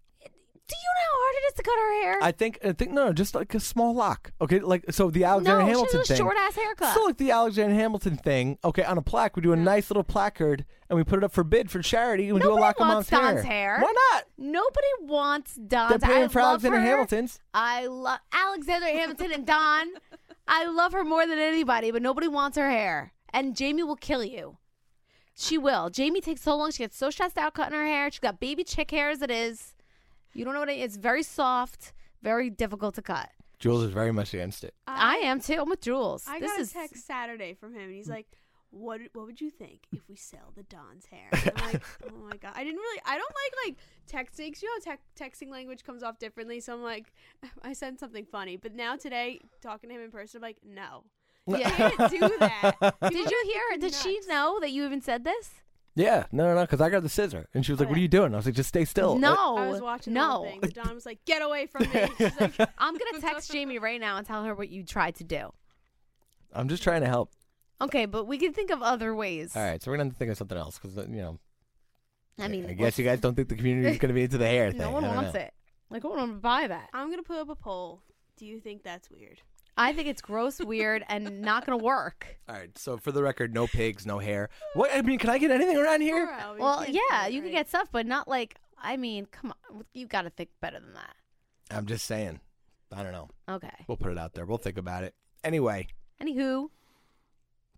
B: do you know how hard it is to cut her hair?
E: I think I think no, just like a small lock. Okay, like so the Alexander
B: No, she has
E: Hamilton
B: a
E: thing.
B: short-ass haircut.
E: So like the Alexander Hamilton thing. Okay, on a plaque, we do a nice little placard and we put it up for bid for charity. and We do
B: Nobody
E: a lock
B: wants
E: of mom's
B: Don's hair.
E: Why not?
B: Nobody wants Dawn's.
E: They're paying
B: I
E: for
B: love
E: Alexander
B: her.
E: Hamilton's.
B: I love Alexander Hamilton and Dawn. I love her more than anybody, but nobody wants her hair, and Jamie will kill you. She will. Jamie takes so long. She gets so stressed out cutting her hair. She's got baby chick hair as it is. You don't know what it is. It's very soft, very difficult to cut.
E: Jules is very much against it.
B: I, am too. I'm with Jules.
I: I
B: this
I: got
B: is
I: a text Saturday from him, and he's like, "What? What would you think if we sell the Don's hair?" And I'm like, "Oh my god, I didn't really. I don't like like texting. 'cause You know, how tec- texting language comes off differently. So I'm like, I sent something funny, but now today, talking to him in person, I'm like, no, you
B: Yeah.
I: can't do that.
B: Did you hear? Did she know that you even said this?
E: Yeah, no, no, no, because I got the scissor and she was like, "What are you doing?" I was like, "Just stay still." Uh,
B: Oh, no,
I: I was watching the whole
B: No,
I: thing. Don was like, "Get away from me." She's like,
B: I'm gonna text Jamie right now and tell her what you tried to do.
E: I'm just trying to help.
B: Okay, but we can think of other ways.
E: All right, so we're gonna have to think of something else because you know.
B: I mean,
E: I guess you guys don't think the community is gonna be into the hair thing.
B: no one
E: I don't
B: wants
E: know.
B: it. Like, I want to buy that.
I: "I'm gonna put up a poll. Do you think that's weird?"
B: I think it's gross, weird, and not gonna work.
E: All right, so for the record, no pigs, no hair. What I mean, can I get anything around here?
I: Bro, Oh, you
B: Well,
I: can't do
B: yeah,
I: it,
B: you can
I: right?
B: get stuff, but not like. I mean, come on, you got to think better than that.
E: I'm just saying. I don't know.
B: Okay.
E: We'll put it out there. We'll think about it. Anyway,
B: Anywho,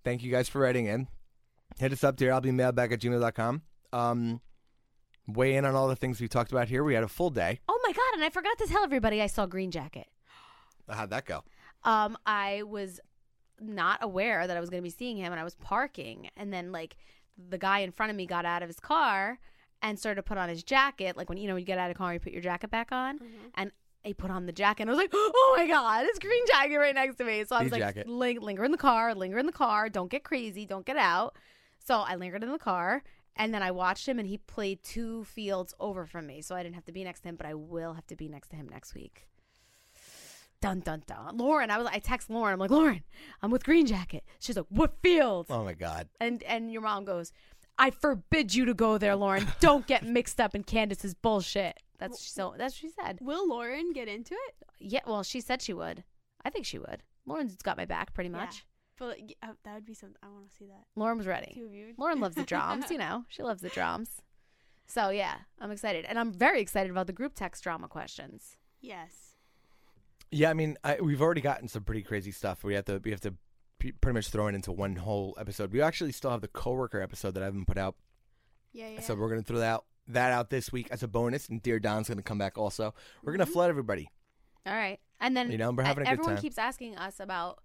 E: thank you guys for writing in. Hit us up, dear. I'll be mailback at gmail.com. Um, weigh in on all the things we talked about here. We had a full day.
B: oh my god, and I forgot to tell everybody I saw Green Jacket.
E: How'd that go?
B: Um, I was not aware that I was going to be seeing him, and I was parking, and then like the guy in front of me got out of his car and started to put on his jacket, like when you know you get out of the car, you put your jacket back on, and he put on the jacket, and I was like, oh my god, it's green jacket right next to me. So I
E: The
B: was like,
E: jacket.
B: ling- linger in the car, linger in the car, don't get crazy, don't get out. So I lingered in the car. And then I watched him, and he played two fields over from me, so I didn't have to be next to him. But I will have to be next to him next week. Dun dun dun. Lauren, I was I text Lauren. I'm like, Lauren, I'm with Green Jacket. She's like, what field?
E: Oh, my God.
B: And and your mom goes, I forbid you to go there, Lauren. Don't get mixed up in Candace's bullshit. That's so. That's what she said.
I: Will Lauren get into it?
B: Yeah. Well, she said she would. I think she would. Lauren's got my back pretty
I: Yeah.
B: much.
I: But like, y- uh, that would be something I want to see that.
B: Lauren was ready.
I: Two of you.
B: Lauren loves the drums, you know. She loves the drums. So yeah, I'm excited, and I'm very excited about the group text drama questions.
I: Yes.
E: Yeah, I mean, I, we've already gotten some pretty crazy stuff. We have to we have to p- pretty much throw it into one whole episode. We actually still have the coworker episode that I haven't put out,
I: Yeah, yeah.
E: so we're gonna throw that out, that out this week as a bonus. And dear Don's gonna come back also. We're
B: Mm-hmm.
E: gonna flood everybody.
B: All right. And then
E: You know, we're having a good
B: everyone
E: time.
B: keeps asking us about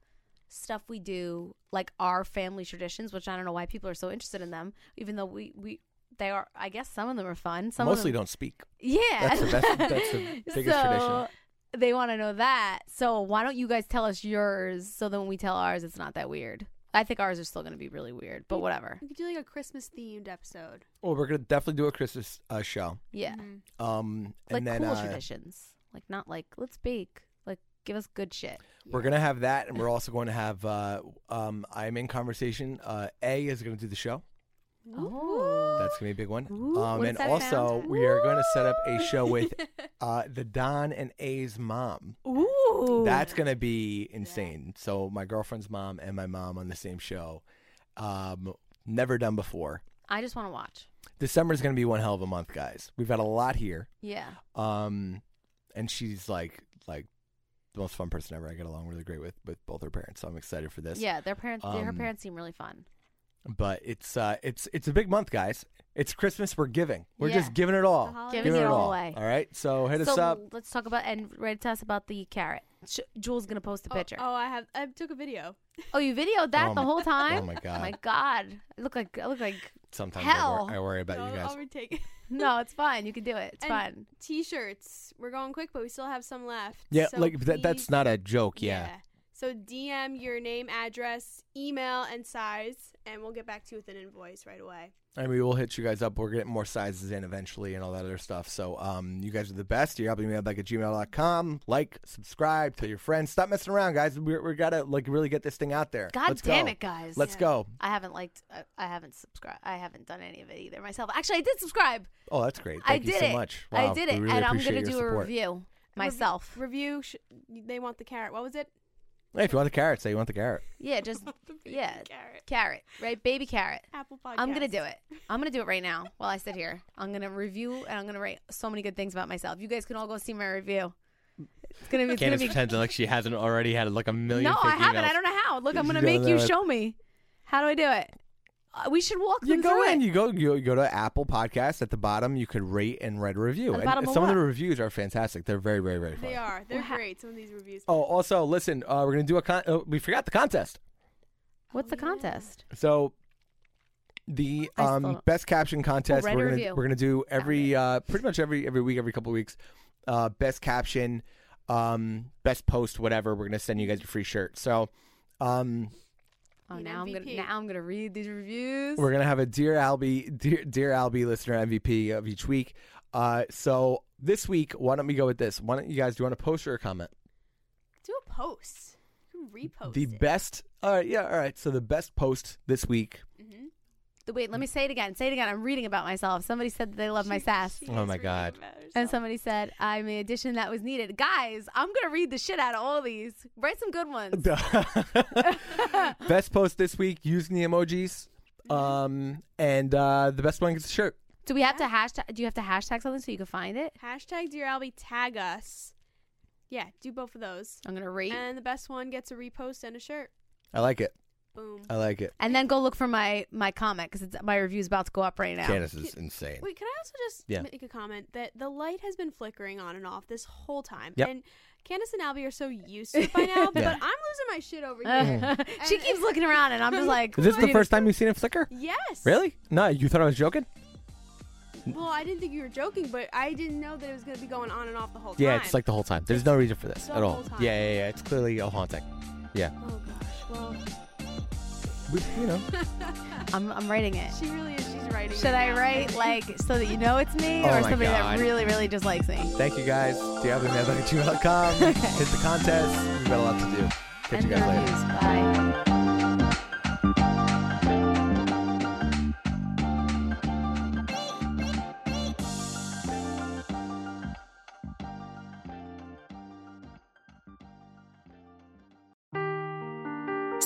B: stuff we do, like our family traditions, which I don't know why people are so interested in them, even though we, we they are I guess some of them are fun. Some
E: Mostly
B: of them,
E: don't speak.
B: Yeah.
E: That's the best- that's the biggest
B: so,
E: tradition.
B: They want to know that. So why don't you guys tell us yours so then when we tell ours it's not that weird. I think ours are still going to be really weird, but whatever.
I: we could do like a Christmas themed episode.
E: Well, we're gonna definitely do a Christmas uh, show.
B: Yeah.
E: Um,
B: Mm-hmm. Like
E: and then
B: cool
E: uh,
B: traditions. Like not like let's bake. Like give us good shit.
E: we're gonna have that, and we're also going to have. Uh, um, I'm in conversation. Uh, a is gonna do the show.
B: Oh.
E: That's gonna be a big one.
B: Ooh,
E: um,
B: what
E: and
B: is that
E: also,
B: sound?
E: we are going to set up a show with uh, the Don and A's mom.
B: Ooh.
E: That's gonna be insane. So my girlfriend's mom and my mom on the same show. Um, never done before.
B: I just want to watch.
E: December's gonna be one hell of a month, guys. We've had a lot here.
B: Yeah.
E: Um, and she's like like the most fun person ever. I get along really great with with both her parents, so I'm excited for this.
B: Yeah, their parents their- her
E: um,
B: parents seem really fun.
E: But it's uh it's it's a big month, guys. It's Christmas. We're giving. We're
B: Yeah.
E: just giving it all.
I: holidays.
B: Giving
E: Giving
B: it
E: it
B: all
E: all.
B: away.
E: All right. So hit us
B: so
E: up.
B: let's talk about and write to us about the carrot. Sh- Jules gonna post a
I: Oh,
B: picture.
I: Oh, I have. I took a video.
B: Oh, you videoed that
E: Oh
B: the
E: my-
B: whole time.
E: oh my God.
B: My God, I look like I look like.
E: Sometimes
B: Hell.
E: I, wor- I worry about
I: No,
E: you
I: I'll
E: guys.
I: retake.
B: No, it's fine. You can do it. It's
I: And-
B: fine.
I: T-shirts. We're going quick, but we still have some left.
E: Yeah,
I: So
E: like that, that's
I: please-
E: not a joke. Yeah.
I: So DM your name, address, email, and size, and we'll get back to you with an invoice right away.
E: And we will hit you guys up. We're getting more sizes in eventually and all that other stuff. So um, you guys are the best. You're helping me out back at gmail.com. Like, subscribe, tell your friends. Stop messing around, guys. We, we got to like really get this thing out there.
B: God
E: Let's
B: damn
E: go.
B: it, guys.
E: Let's go.
B: I haven't liked. I, I haven't subscribed. I haven't done any of it either myself. Actually, I did subscribe.
E: Oh, that's great.
B: I
E: Thank
B: did
E: you so
B: it.
E: much.
B: I
E: Wow,
B: did
E: we
B: it,
E: really
B: and I'm
E: appreciate
B: gonna
E: your
B: do a
E: support.
B: review myself.
I: Review. Sh- they want the carrot. What was it?
E: Hey, if you want the carrot, say you want the carrot.
B: yeah, just yeah,
I: Carrot.
B: carrot, right? Baby carrot.
I: Apple Podcast.
B: I'm gonna do it. I'm gonna do it right now while I sit here. I'm gonna review and I'm gonna write so many good things about myself. You guys can all go see my review. It's gonna be. It's gonna
J: Candace
B: be
J: pretending like she hasn't already had like a million.
B: no, I
J: fake
B: haven't.
J: emails.
B: I don't know how. Look, I'm gonna
E: You
B: make
E: don't
B: you
E: know it.
B: show me. How do I do it? Uh, we should walk
E: You
B: them
E: go
B: through
E: in,
B: it.
E: you go, you go to Apple Podcasts. At the bottom, you could rate and write a review.
B: At the
E: And
B: bottom of
E: some of
B: what?
E: the reviews are fantastic. They're very, very, very fun.
I: They are. They're great. Some of these reviews.
E: Oh, also, listen, uh, we're going to do a con- uh, we forgot the contest.
B: What's the
I: Oh,
B: contest?
E: So the
B: I still
E: um,
B: don't-
E: best caption contest
B: write a
E: we're gonna,
B: review.
E: we're gonna do every uh, pretty much every every week, every couple weeks. Uh, best caption, um, best post, whatever. We're gonna send you guys a free shirt. So um,
B: Oh,
I: Need
B: now I'm gonna
I: MVP.
B: now I'm gonna read these reviews.
E: we're gonna have a dear Albie, dear dear Albie listener MVP of each week. Uh, so this week, why don't we go with this? Why don't you guys do you want to post or a comment?
I: Do a post. You can repost.
E: the
I: it.
E: best. All right, yeah, all right. So the best post this week.
B: The- Wait, let me say it again. Say it again. I'm reading about myself. Somebody said that they love my sass.
I: She
J: Oh
I: is
J: my
I: reading
J: God.
I: about herself.
B: And somebody said, I'm an addition that was needed. Guys, I'm going to read the shit out of all these. Write some good ones.
E: best post this week using the emojis. Um, and uh, the best one gets a shirt.
B: Do we have to hashtag? Do you have to hashtag something so you can find it?
I: Hashtag Dear Albie, tag us. Yeah, do both of those.
B: I'm gonna rate and,
I: And the best one gets a repost and a shirt.
E: I like it.
I: Boom.
E: I like it.
B: then go look for my my comment because my review is about to go up right now.
E: Candace is insane.
I: Wait, can I also just
E: Yeah.
I: make a comment that the light has been flickering on and off this whole time?
E: Yep.
I: And Candace and Albie are so used to it by now, but
E: Yeah. Mm.
I: I'm losing my shit over here.
B: Uh, she keeps looking around and I'm just like,
E: Is this the
B: reading-
E: first time you've seen it flicker?
I: Yes.
E: Really? No, you thought I was joking?
I: Well, I didn't think you were joking, but I didn't know that it was going to be going on and off the whole time.
E: Yeah, it's like the whole time. There's no reason for this
I: The
E: at all.
I: whole time.
E: Yeah, yeah, yeah. It's clearly a haunting.
I: Oh, gosh. Well,
E: We, you know.
B: I'm, I'm writing it.
I: she really is. She's writing.
B: Should I write like so that you know it's me
E: Oh
B: or
E: my
B: somebody that
E: God.
B: really really dislikes me?
E: Thank you guys. DiabloManBucket.com. Hit the contest. We've got a lot to do. Catch you
B: And the
E: guys later.
B: reviews. Bye.